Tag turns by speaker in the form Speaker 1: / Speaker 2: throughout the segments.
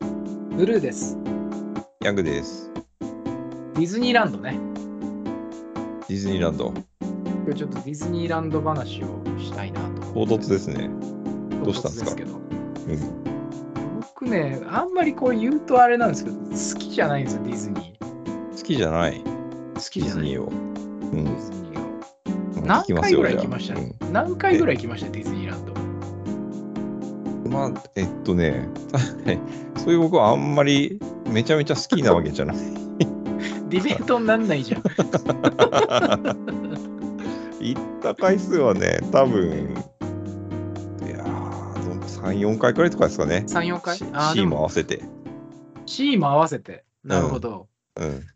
Speaker 1: ブルーです。
Speaker 2: ヤングです。
Speaker 1: ディズニーランドね。
Speaker 2: ディズニーランド。
Speaker 1: 今日ちょっとディズニーランド話をしたいなと。
Speaker 2: 唐突ですね。
Speaker 1: ど
Speaker 2: どうしたんですか
Speaker 1: けど
Speaker 2: うん。
Speaker 1: 僕ね、あんまりこう言うとあれなんですけど、好きじゃないんですよ、ディズニー。
Speaker 2: 好きじゃない。
Speaker 1: 好き
Speaker 2: デ
Speaker 1: じゃ
Speaker 2: ィズ
Speaker 1: ない。
Speaker 2: ニーを。うん。
Speaker 1: ディズニーを。
Speaker 2: うん
Speaker 1: 何回ぐらい
Speaker 2: 聞
Speaker 1: 行
Speaker 2: き
Speaker 1: きま
Speaker 2: ます
Speaker 1: し
Speaker 2: よ
Speaker 1: た
Speaker 2: じゃあ
Speaker 1: 何回ぐらい行きましたディズニーランド。
Speaker 2: うんまあ、えっとね、 そういう僕はあんまりめちゃめちゃ好きなわけじゃない。
Speaker 1: ディベートになんないじゃん。
Speaker 2: 行った回数はね、多分、いやー、どん3、4回くらいとかですかね。
Speaker 1: 3、4回
Speaker 2: シ
Speaker 1: あー、
Speaker 2: シ
Speaker 1: で
Speaker 2: ーも合
Speaker 1: も
Speaker 2: わせて。
Speaker 1: C も合わせて。なるほど。
Speaker 2: うん。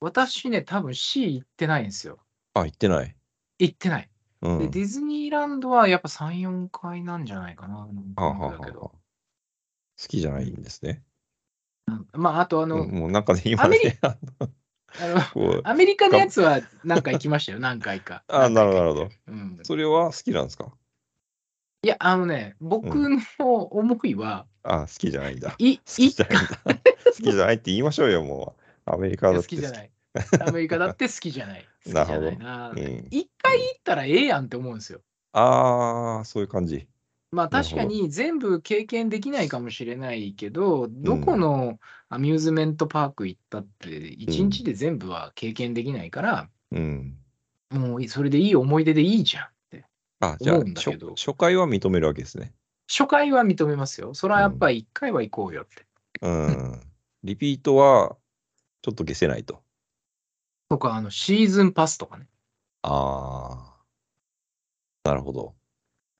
Speaker 1: 私ね、多分 C 行ってないんですよ。
Speaker 2: あ、行ってない。
Speaker 1: 行ってない。
Speaker 2: うん。
Speaker 1: で、ディズニーランドはやっぱ3、4回なんじゃないかな。なん
Speaker 2: はあ
Speaker 1: と
Speaker 2: はあ
Speaker 1: な
Speaker 2: は
Speaker 1: くだけ
Speaker 2: あ
Speaker 1: ど
Speaker 2: はあ好きじゃないんですね。
Speaker 1: まあ、あとあの、
Speaker 2: うんもうなんかね、今ね、あ
Speaker 1: あ
Speaker 2: の
Speaker 1: の
Speaker 2: こう、
Speaker 1: アメリカのやつは何回行きましたよ、何回か。
Speaker 2: あなるほど、
Speaker 1: ど。
Speaker 2: なるほど。
Speaker 1: うん、
Speaker 2: それは好きなんですか
Speaker 1: いや、あのね、僕の思いは、
Speaker 2: あ、好きじゃないんだ。
Speaker 1: い、
Speaker 2: 好き
Speaker 1: い
Speaker 2: じゃないんだ。好きじゃないって言いましょうよ、もう。アメリカだ
Speaker 1: 好
Speaker 2: って
Speaker 1: きじゃない。アメリカだって好きじゃない。好きじゃないな
Speaker 2: 好。きうん、
Speaker 1: 一回行ったらええやんって思うんですよ。
Speaker 2: ああ、そういう感じ。
Speaker 1: まあ
Speaker 2: なるほ
Speaker 1: 確
Speaker 2: ど
Speaker 1: かに全部経験できないかもしれないけど、どこのアミューズメントパーク行ったって、一日で全部は経験できないから、
Speaker 2: うん。
Speaker 1: もうそれでいい思い出でいいじゃんって。
Speaker 2: あ、じゃあ
Speaker 1: 思うんだ
Speaker 2: 初
Speaker 1: けど、
Speaker 2: 初回は認めるわけですね。
Speaker 1: 初回は認めますよ。それはやっぱり一回は行こうよって。
Speaker 2: うん。リピートは、ちょっと消せないと。
Speaker 1: とか、あの、シーズンパスとかね。
Speaker 2: ああ。なるほど。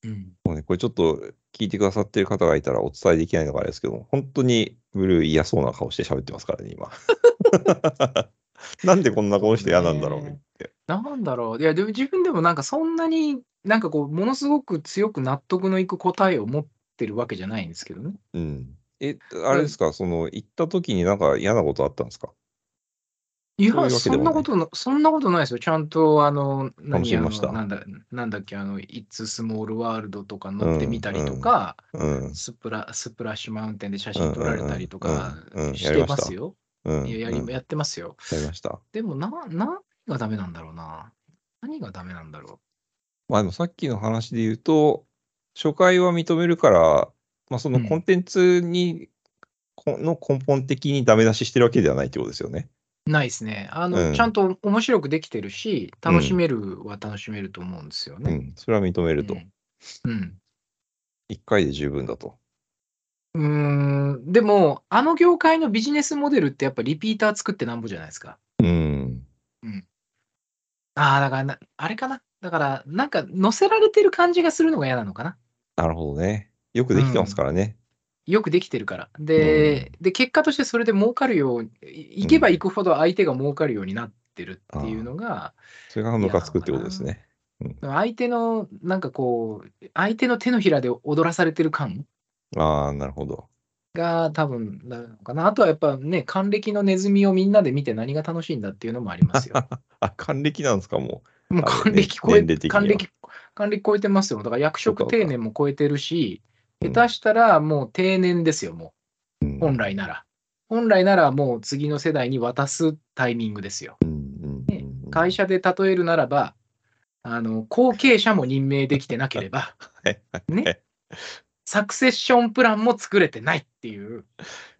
Speaker 1: うん、
Speaker 2: もうね、これちょっと聞いてくださってる方がいたらお伝えできないのがあれですけど、本当にブルー嫌そうな顔して喋ってますからね、今。 なんでこんな顔して嫌なんだろうって。
Speaker 1: なんだろう。いや、でも自分でもなんかそんなに、なんかこう、ものすごく強く納得のいく答えを持ってるわけじゃないんですけどね。
Speaker 2: うん。え、あれですか、その、行った時になんか嫌なことあったんですか
Speaker 1: いや、
Speaker 2: そういうわけ
Speaker 1: そ
Speaker 2: で
Speaker 1: んな
Speaker 2: もな
Speaker 1: こ
Speaker 2: い
Speaker 1: とな、そんなことないですよ。ちゃんと、あの、
Speaker 2: 楽しみ
Speaker 1: あの
Speaker 2: ました
Speaker 1: なんだ、なんだっけ、あの、It's Small World とか乗ってみたりとか、
Speaker 2: うん。
Speaker 1: スプラ、スプラッシュマウンテンで写真撮られたりとか
Speaker 2: うんうんうんうん
Speaker 1: してますよ。
Speaker 2: うん。
Speaker 1: いや、や
Speaker 2: うん
Speaker 1: り、
Speaker 2: や
Speaker 1: やってますよ。
Speaker 2: りま した。
Speaker 1: でも、な、何がダメなんだろうな。何がダメなんだろ
Speaker 2: まあでもさっきの話で言うと、初回は認めるから、まあそのコンテンツに、この根本的にダメ出ししてるわけではないってことですよね。
Speaker 1: う。ないですね。あの、
Speaker 2: うん
Speaker 1: ちゃんと面白くできてるし、楽しめるは楽しめると思うんですよ
Speaker 2: う
Speaker 1: ね。
Speaker 2: ん。それは認めると。
Speaker 1: うん。
Speaker 2: 1回で十分だと。
Speaker 1: うん。うーん。でも、あの業界のビジネスモデルってやっぱリピーター作ってなんぼじゃないですか。
Speaker 2: うん。
Speaker 1: ああ、だからな、あれかな。だから、なんか、乗せられてる感じがするのが嫌なのかな。
Speaker 2: なるほどね。よくできてますからね。
Speaker 1: よくできてるから。で、で、結果としてそれで儲かるように、い行けば行くほど相手が儲かるようになってるっていうのが、
Speaker 2: それがムカつくってことですね。
Speaker 1: 相手の、なんかこう、相手の手のひらで踊らされてる感
Speaker 2: ああ、なるほど。
Speaker 1: が多分なのかな。あとはやっぱね、還暦のネズミをみんなで見て何が楽しいんだっていうのもあります よ。
Speaker 2: あ、還暦なんですか、も
Speaker 1: もう
Speaker 2: あ
Speaker 1: 還
Speaker 2: れね
Speaker 1: 暦超え
Speaker 2: 年齢的には
Speaker 1: 還暦、還暦超えてますよ。だから役職
Speaker 2: そうかそう
Speaker 1: 定
Speaker 2: か
Speaker 1: 年も超えてるし、
Speaker 2: う。
Speaker 1: 下手したらもう定年ですよ、もう。
Speaker 2: うんうん
Speaker 1: 本来なら。本来ならもう次の世代に渡すタイミングですよ。
Speaker 2: うんうんうん
Speaker 1: 会社で例えるならば、あの後継者も任命できてなければ、
Speaker 2: はい
Speaker 1: ね、サクセッションプランも作れてないっていう、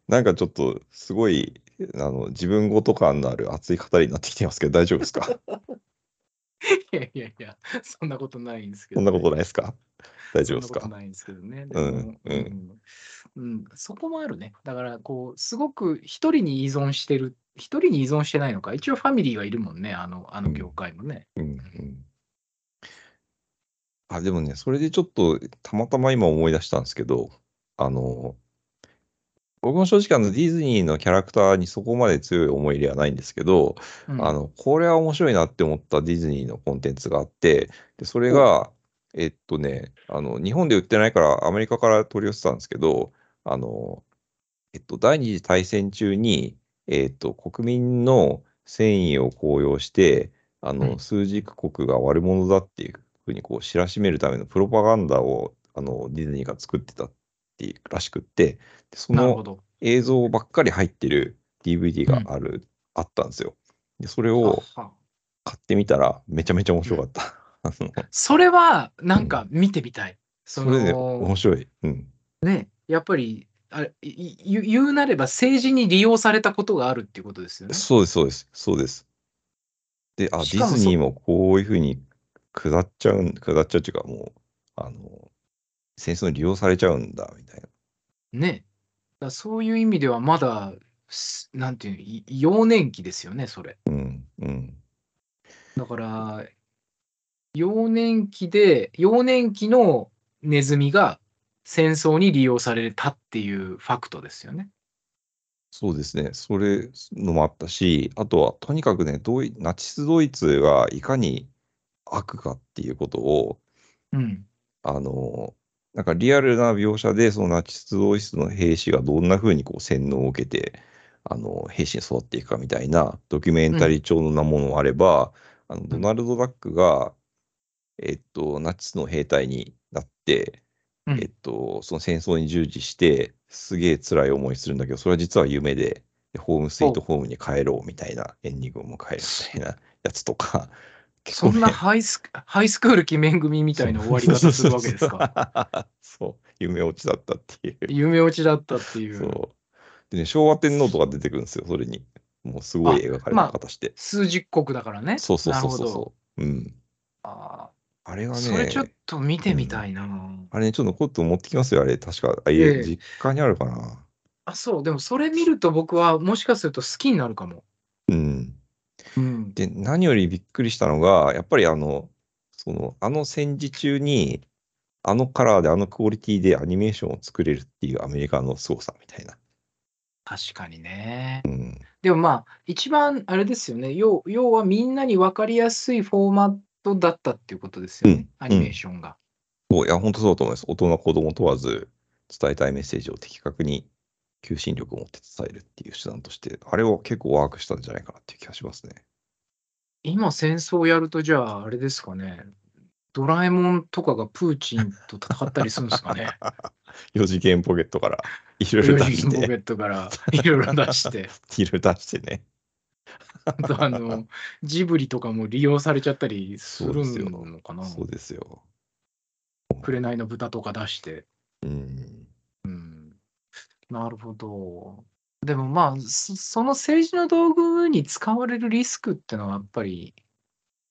Speaker 2: なんかちょっと、すごい、あの、自分ごと感のある熱い語りになってきてますけ ど、大丈夫ですか
Speaker 1: いやいやいや、そんなことないんですけ
Speaker 2: そ
Speaker 1: どね、
Speaker 2: んなことないですか大
Speaker 1: そ
Speaker 2: 丈
Speaker 1: んな
Speaker 2: 夫で
Speaker 1: こ
Speaker 2: す
Speaker 1: と
Speaker 2: か
Speaker 1: ないんですけどね。で
Speaker 2: う
Speaker 1: も
Speaker 2: ん
Speaker 1: う
Speaker 2: うん
Speaker 1: うんそこもあるね。だから、こう、すごく一人に依存してる、一人に依存してないのか、一応ファミリーはいるもんね、あのあの業界もね。
Speaker 2: うんうん。あ、でもね、それでちょっと、たまたま今思い出したんですけど、あの、僕も正直あのディズニーのキャラクターにそこまで強い思い入れはないんですけど、
Speaker 1: うん
Speaker 2: あの、これは面白いなって思ったディズニーのコンテンツがあって、でそれが、えっとね、あの、日本で売ってないからアメリカから取り寄せたんですけど、あの、えっと、第二次大戦中に、えっと、国民の戦意を高揚して、あ
Speaker 1: うん
Speaker 2: の、枢軸国が悪者だっていうふうにこう知らしめるためのプロパガンダを、あの、ディズニーが作ってたっていうらしくって、でそ
Speaker 1: なる
Speaker 2: の
Speaker 1: ほ、ど。
Speaker 2: 映像ばっかり入ってる DVD がある、あったんですよ。で、それを
Speaker 1: あは
Speaker 2: 買ってみたら、めちゃめちゃ面白かった。あ の
Speaker 1: それはなんか見てみたい。そ
Speaker 2: そ
Speaker 1: の
Speaker 2: れで面白い。うん。
Speaker 1: ね、やっぱりあれい言う言うなれば政治に利用されたことがあるっていうことですよね。
Speaker 2: そうです、そうです、そうです。で、あ、デ
Speaker 1: しか
Speaker 2: ィ
Speaker 1: も
Speaker 2: ズニーもこういうふうに下っちゃうん、下っちゃうっていうか、もう、あの、戦争に利用されちゃうんだ、みたいな。
Speaker 1: ね。だからそういう意味ではまだ、すなんていうのい、幼年期ですよね、それ。
Speaker 2: うん、うん。
Speaker 1: だから、幼年期で、幼年期のネズミが戦争に利用されたっていうファクトですよね。
Speaker 2: そうですね、それのもあったし、あとはとにかくね、ドイナチス・ドイツがいかに悪かっていうことを、
Speaker 1: うん。
Speaker 2: あの、なんかリアルな描写で、そのナチス・ドイツの兵士がどんなふうにこう洗脳を受けて、あの、兵士に育っていくかみたいなドキュメンタリー調のなものもあれば、あのドナルド・ダックが、えっと、ナチスの兵隊になって、
Speaker 1: うん
Speaker 2: えっと、その戦争に従事して、すげえ辛い思いするんだけど、それは実は夢で、でホームスイートホームに帰ろうみたいなエンディングを迎えるみたいなやつとか、結構
Speaker 1: そ
Speaker 2: ね
Speaker 1: んなハイスクハイスクール鬼面組みたいな終わり方するわけですか。
Speaker 2: か。そう、夢落ちだったっていう。
Speaker 1: 夢落ちだったっていう。
Speaker 2: そうでね、昭和天皇とか出てくるんですよ、それに。もうすごい描かれ
Speaker 1: まあ
Speaker 2: た方して。
Speaker 1: 数十国だからね。
Speaker 2: そうそうそう
Speaker 1: なるほど
Speaker 2: そう。うん。
Speaker 1: あ
Speaker 2: あれ
Speaker 1: ー
Speaker 2: がね、
Speaker 1: それちょっと見てみたいな。
Speaker 2: あれね、ちょっと今度持ってきますよ、あれ。確か、あい
Speaker 1: ええ
Speaker 2: え、実家にあるかな。
Speaker 1: あ、そう、でもそれ見ると僕はもしかすると好きになるかも。
Speaker 2: うん。
Speaker 1: うん。
Speaker 2: で、何よりびっくりしたのが、やっぱりあの、その、あの戦時中に、あのカラーで、あのクオリティでアニメーションを作れるっていうアメリカの凄さみたいな。
Speaker 1: 確かにね
Speaker 2: う。ん。
Speaker 1: でもまあ、一番あれですよね。要要はみんなに分かりやすいフォーマットだったっていうことですよね。
Speaker 2: うん
Speaker 1: アニメーションが。
Speaker 2: そういや、本当そうだと思います。大人、子供問わず、伝えたいメッセージを的確に求心力を持って伝えるっていう手段として、あれを結構ワークしたんじゃないかなっていう気がしますね。
Speaker 1: 今戦争をやると、じゃああれですかね。ドラえもんとかがプーチンと戦ったりするんですかね。
Speaker 2: 4次元ポケットからいろいろ
Speaker 1: 4次
Speaker 2: 出し
Speaker 1: 元ポケ
Speaker 2: て、
Speaker 1: ットからいろいろ出して。
Speaker 2: いろいろ出してね。
Speaker 1: あとあの、ジブリとかも利用されちゃったりするのかな
Speaker 2: そうですよ。
Speaker 1: 紅の豚とか出して。
Speaker 2: うん。
Speaker 1: うん。なるほど。でもまあ、そその政治の道具に使われるリスクってのはやっぱり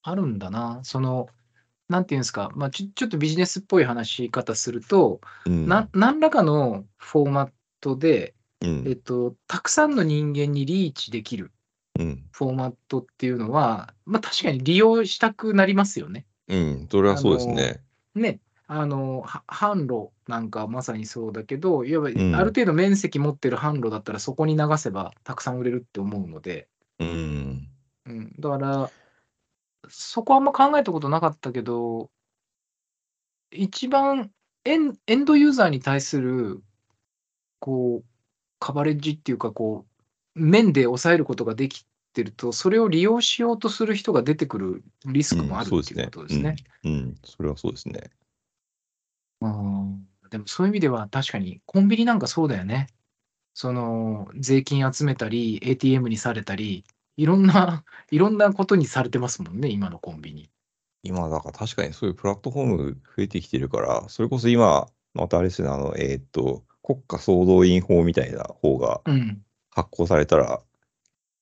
Speaker 1: あるんだな。その、なんていうんですか、まあ、ちょちょっとビジネスっぽい話し方すると、
Speaker 2: うん、
Speaker 1: な何らかのフォーマットで、
Speaker 2: うん
Speaker 1: えっと、たくさんの人間にリーチできる
Speaker 2: うん。
Speaker 1: フォーマットっていうのは、まあ、確かに利用したくなりますよね。
Speaker 2: うん。それはそうですね。
Speaker 1: ね、あのは販路なんかまさにそうだけど、いわばあ
Speaker 2: ん
Speaker 1: る程度面積持ってる販路だったらそこに流せばたくさん売れるって思うので、
Speaker 2: うん。
Speaker 1: うん、だからそこはあんま考えたことなかったけど、一番エンエンドユーザーに対するこうカバレッジっていうかこう面で抑えることができてると、それを利用しようとする人が出てくるリスクもある
Speaker 2: うん
Speaker 1: っていうことですね。。
Speaker 2: うんうん。それはそうですね。
Speaker 1: うんでもそういう意味では確かにコンビニなんかそうだよね。その税金集めたり ATM にされたりいろんな いろんなことにされてますもんね今のコンビニ。
Speaker 2: 今、だから確かにそういうプラットフォーム増えてきてるから、それこそ今、またあれですね、あの、えーっと、国家総動員法みたいな法が
Speaker 1: うん。
Speaker 2: 発行されたら、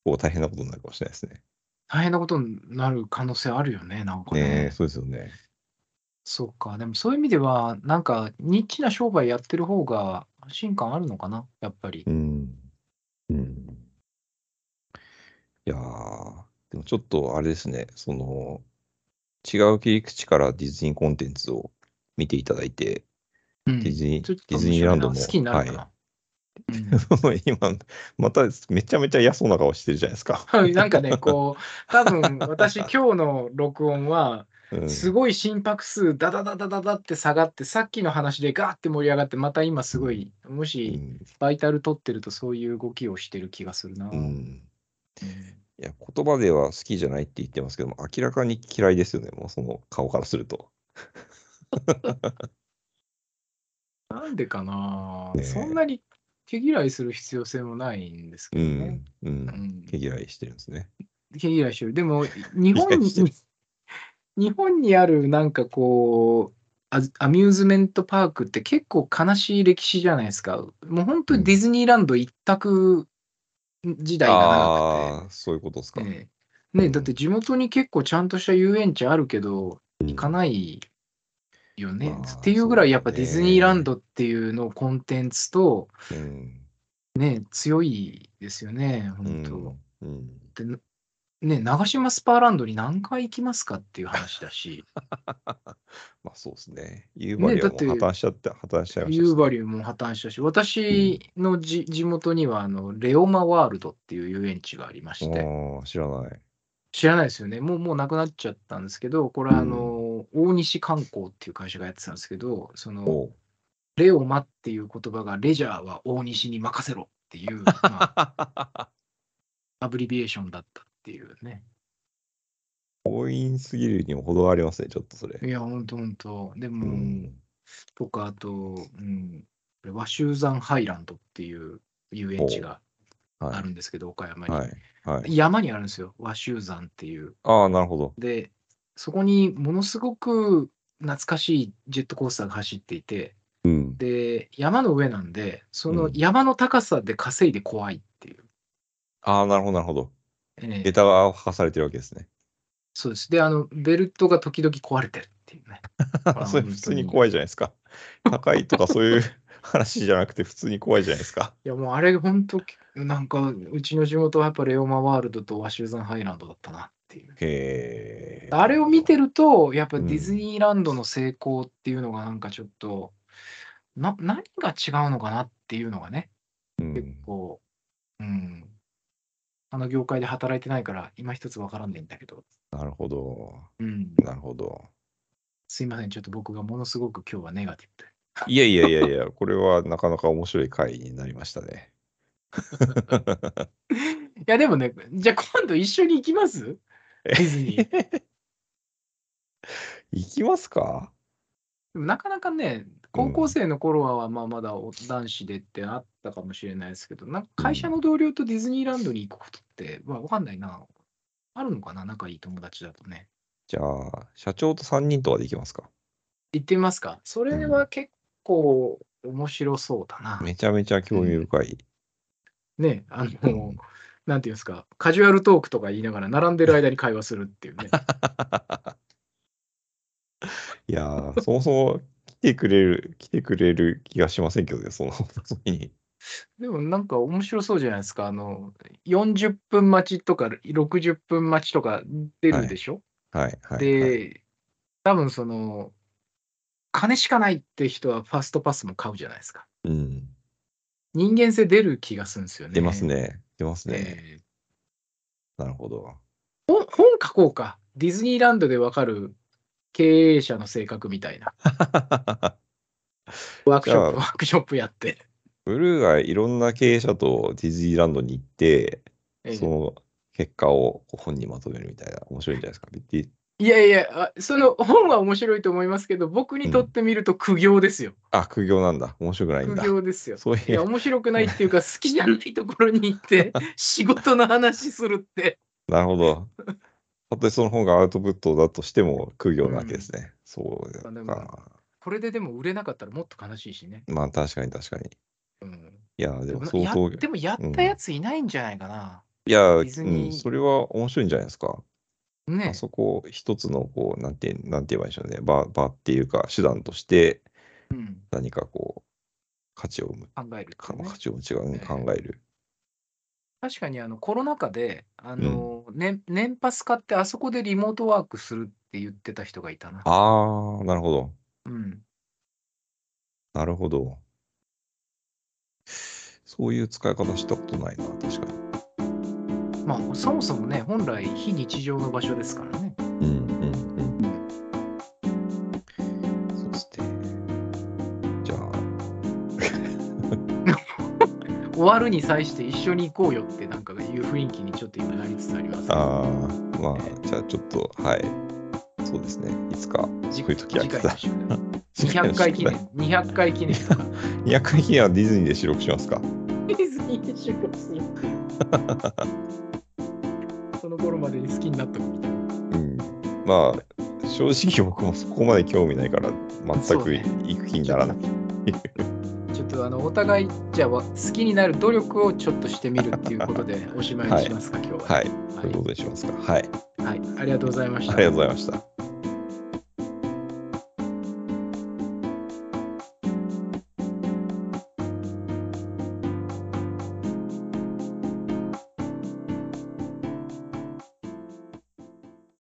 Speaker 2: こう大変なことになるかもしれないですね。
Speaker 1: 大変なことになる可能性あるよねなんかね。
Speaker 2: ねえ、そうですよね。
Speaker 1: そうかでもそういう意味ではなんかニッチな商売やってる方が安心感あるのかなやっぱり
Speaker 2: う。ん。うん。いやー、でもちょっとあれですね、その、違う切り口からディズニーコンテンツを見ていただいて、
Speaker 1: うん
Speaker 2: ディズニー、
Speaker 1: ちょっと
Speaker 2: ディズニーランドも、
Speaker 1: 面白いな好きになるか
Speaker 2: は
Speaker 1: な。うん
Speaker 2: い。 今、まためちゃめちゃ嫌そうな顔してるじゃないですか。
Speaker 1: はいなん かね、こう、多分私、今日の録音は、
Speaker 2: うん
Speaker 1: すごい心拍数、ダダダダダダって下がって、さっきの話でガーって盛り上がって、また今すごい、もしバイタル取ってると、そういう動きをしてる気がするな。
Speaker 2: うんうん
Speaker 1: うん
Speaker 2: いや言葉では好きじゃないって言ってますけども、明らかに嫌いですよね、もうその顔からすると。
Speaker 1: なんでかな、
Speaker 2: ねえ
Speaker 1: そんなに毛嫌いする必要性もないんですけ
Speaker 2: う
Speaker 1: どね
Speaker 2: ん。。
Speaker 1: う
Speaker 2: う。
Speaker 1: んん
Speaker 2: 毛嫌いしてるんですね。
Speaker 1: 毛嫌いしてる。で も、日本
Speaker 2: して
Speaker 1: に、日本にあるなんかこう、アアミューズメントパークって結構悲しい歴史じゃないですか。もう本当にディズニーランド一択時代が長くて。
Speaker 2: ああー、そういうことですか。
Speaker 1: ええね
Speaker 2: うん
Speaker 1: だって地元に結構ちゃんとした遊園地あるけど、
Speaker 2: うん
Speaker 1: 行かないよね、
Speaker 2: まあ
Speaker 1: っていうぐらい、やっぱ
Speaker 2: そうだ
Speaker 1: デ
Speaker 2: ね
Speaker 1: ィズニーランドっていうのコンテンツと、
Speaker 2: うん。
Speaker 1: ね、強いですよね、
Speaker 2: う
Speaker 1: 本当。
Speaker 2: ん。うん
Speaker 1: ね、長島スパーランドに何回行きますかっていう話だ し、
Speaker 2: まあそうですね。夕張はもう
Speaker 1: だって
Speaker 2: 破綻しちゃって、破綻しちゃいました
Speaker 1: 夕
Speaker 2: ね、
Speaker 1: 張も破綻したし、私のじ、地元にはあのレオマワールドっていう遊園地がありまして、
Speaker 2: ああ、知らない。
Speaker 1: 知らないですよね。もう、もうなくなっちゃったんですけど、これ、あの、大西観光っていう会社がやってたんですけど、その、
Speaker 2: おう
Speaker 1: レオマっていう言葉が、レジャーは大西に任せろって いう、まあ、アブリビエーションだったっていうね。
Speaker 2: 強引すぎるにも程がありますね、ちょっとそれ。
Speaker 1: いや、ほんとほんと。でも、
Speaker 2: うん
Speaker 1: とか、あと、うん、これ和州山ハイランドっていう遊園地があ
Speaker 2: は
Speaker 1: るんですけど、岡山
Speaker 2: い。
Speaker 1: に、
Speaker 2: はい。はい。
Speaker 1: 山にあるんですよ、和州山っていう。
Speaker 2: ああ、なるほど。
Speaker 1: で、そこにものすごく懐かしいジェットコースターが走っていて、
Speaker 2: うん。
Speaker 1: で、山の上なんで、そうの
Speaker 2: ん
Speaker 1: 山の高さで稼いで怖いっていう。
Speaker 2: ああ、なるほど、なるほど。
Speaker 1: ええ
Speaker 2: 下駄が履かされてるわけです ね。
Speaker 1: そうです。で、あの、ベルトが時々壊れてるっていうね。あ
Speaker 2: それ普通に怖いじゃないです か。高いとかそういう話じゃなくて、普通に怖いじゃないです か。
Speaker 1: いや、もうあれ、本当なんか、うちの地元はやっぱレオマワールドとワシューザンハイランドだったなっていう。
Speaker 2: へえ。
Speaker 1: あれを見てると、やっぱ
Speaker 2: うん
Speaker 1: ディズニーランドの成功っていうのがなんかちょっと、な何が違うのかなっていうのがね、
Speaker 2: うん、
Speaker 1: 結構、うん、あの業界で働いてないから、今一つわからんねんだけど、
Speaker 2: なるほど。
Speaker 1: うん、
Speaker 2: なるほど。
Speaker 1: すいません、ちょっと僕がものすごく今日はネガティブで。
Speaker 2: いやいやいやいや、これはなかなか面白い回になりましたね。
Speaker 1: いや、でもね、じゃあ今度一緒に行きますディズ ニー。で
Speaker 2: いきますか
Speaker 1: もなかなかね、高校生の頃はまあまだお男子でってあったかもしれないですけど、なんか会社の同僚とディズニーランドに行くことって、まあ、わかんないな。あるのかな仲いい友達だとね。
Speaker 2: じゃあ、社長と3人とはできますか
Speaker 1: 行ってみますかそれは結構面白そうだな。
Speaker 2: めちゃめちゃ興味 深い。
Speaker 1: ね、あの、
Speaker 2: うん
Speaker 1: なんていうんですか、カジュアルトークとか言いながら並んでる間に会話するっていうね。
Speaker 2: いやー、そもそも来てくれる、来てくれる気がしませんけどね、その時に。
Speaker 1: でもなんか面白そうじゃないですか。あの、40分待ちとか60分待ちとか出るでしょ、
Speaker 2: はい、はい。
Speaker 1: で、
Speaker 2: はい
Speaker 1: 多分その、金しかないって人はファストパスも買うじゃないですか。
Speaker 2: うん。
Speaker 1: 人間性出る気がするんですよね。
Speaker 2: 出ますね。出ますね。
Speaker 1: えー
Speaker 2: なるほど。
Speaker 1: 本本書こうか。ディズニーランドでわかる経営者の性格みたいな。ワークショップ、
Speaker 2: じゃ
Speaker 1: ワークショップやって。
Speaker 2: ブルーがいろんな経営者とディズニーランドに行って、
Speaker 1: えー
Speaker 2: その結果を本にまとめるみたいな、面白いんじゃないですか。ディ
Speaker 1: いやいや、あその本は面白いと思いますけど、僕にとってみると苦行ですよ。
Speaker 2: あ、苦行なんだ。面白くないん
Speaker 1: 苦
Speaker 2: だ。
Speaker 1: 行ですよ。
Speaker 2: そう
Speaker 1: い
Speaker 2: い
Speaker 1: や、
Speaker 2: う。
Speaker 1: 面白くないっていう か、好きじゃないところに行って、仕事の話するって。
Speaker 2: なるほど。たとえその方がアウトプットだとしても苦行なわけですね。そう
Speaker 1: まあで
Speaker 2: か。
Speaker 1: これででも売れなかったらもっと悲しいしね。
Speaker 2: まあ確かに確かに。
Speaker 1: うん、
Speaker 2: いや、でも
Speaker 1: な
Speaker 2: 相
Speaker 1: や
Speaker 2: 当。
Speaker 1: でもやったやついないんじゃないかな。
Speaker 2: いや、う
Speaker 1: ディズニー
Speaker 2: ん、それは面白いんじゃないですか。あ
Speaker 1: ね
Speaker 2: そこを一つの、こう、なんて、なんて言えばいいんでしょうね。場、場っていうか、手段として
Speaker 1: うん、
Speaker 2: 何かこう、価値を生む、
Speaker 1: 考えるって
Speaker 2: か
Speaker 1: いうね、
Speaker 2: 価値を違う、うん
Speaker 1: ええ
Speaker 2: 考える。
Speaker 1: 確かにあのコロナ禍で、あの年年パス買ってあそこでリモートワークするって言ってた人がいたな。
Speaker 2: ああ、なるほど。
Speaker 1: うん、
Speaker 2: なるほど。そういう使い方したことないな、確かに。
Speaker 1: まあ、そもそもね、本来非日常の場所ですからね。
Speaker 2: うんうんうん。そうして、じゃあ、
Speaker 1: 終わるに際して一緒に行こうよってなんかいう雰囲気にちょっと今なりつつあります、
Speaker 2: あーまあ、じゃあちょっと、はい。そうですね。いつか、
Speaker 1: 次
Speaker 2: そういう時は
Speaker 1: 次回にしよう200回記 念。200回 記念。
Speaker 2: 200回記念はディズニーで収録しますか。
Speaker 1: ディズニーで収録するっていう。その頃までに好きになったみたいな。
Speaker 2: うん。まあ、正直僕もそこまで興味ないから、全
Speaker 1: そう
Speaker 2: く
Speaker 1: ね
Speaker 2: 行く気にならない。
Speaker 1: ちょっとあのお互いじゃあ好きになる努力をちょっとしてみるっていうことでおしまいにしますか、今日は。
Speaker 2: はい。
Speaker 1: は
Speaker 2: ということにしますか。は
Speaker 1: い、
Speaker 2: い。
Speaker 1: はいありがとうございまし
Speaker 2: あ
Speaker 1: た
Speaker 2: りが。とうございました。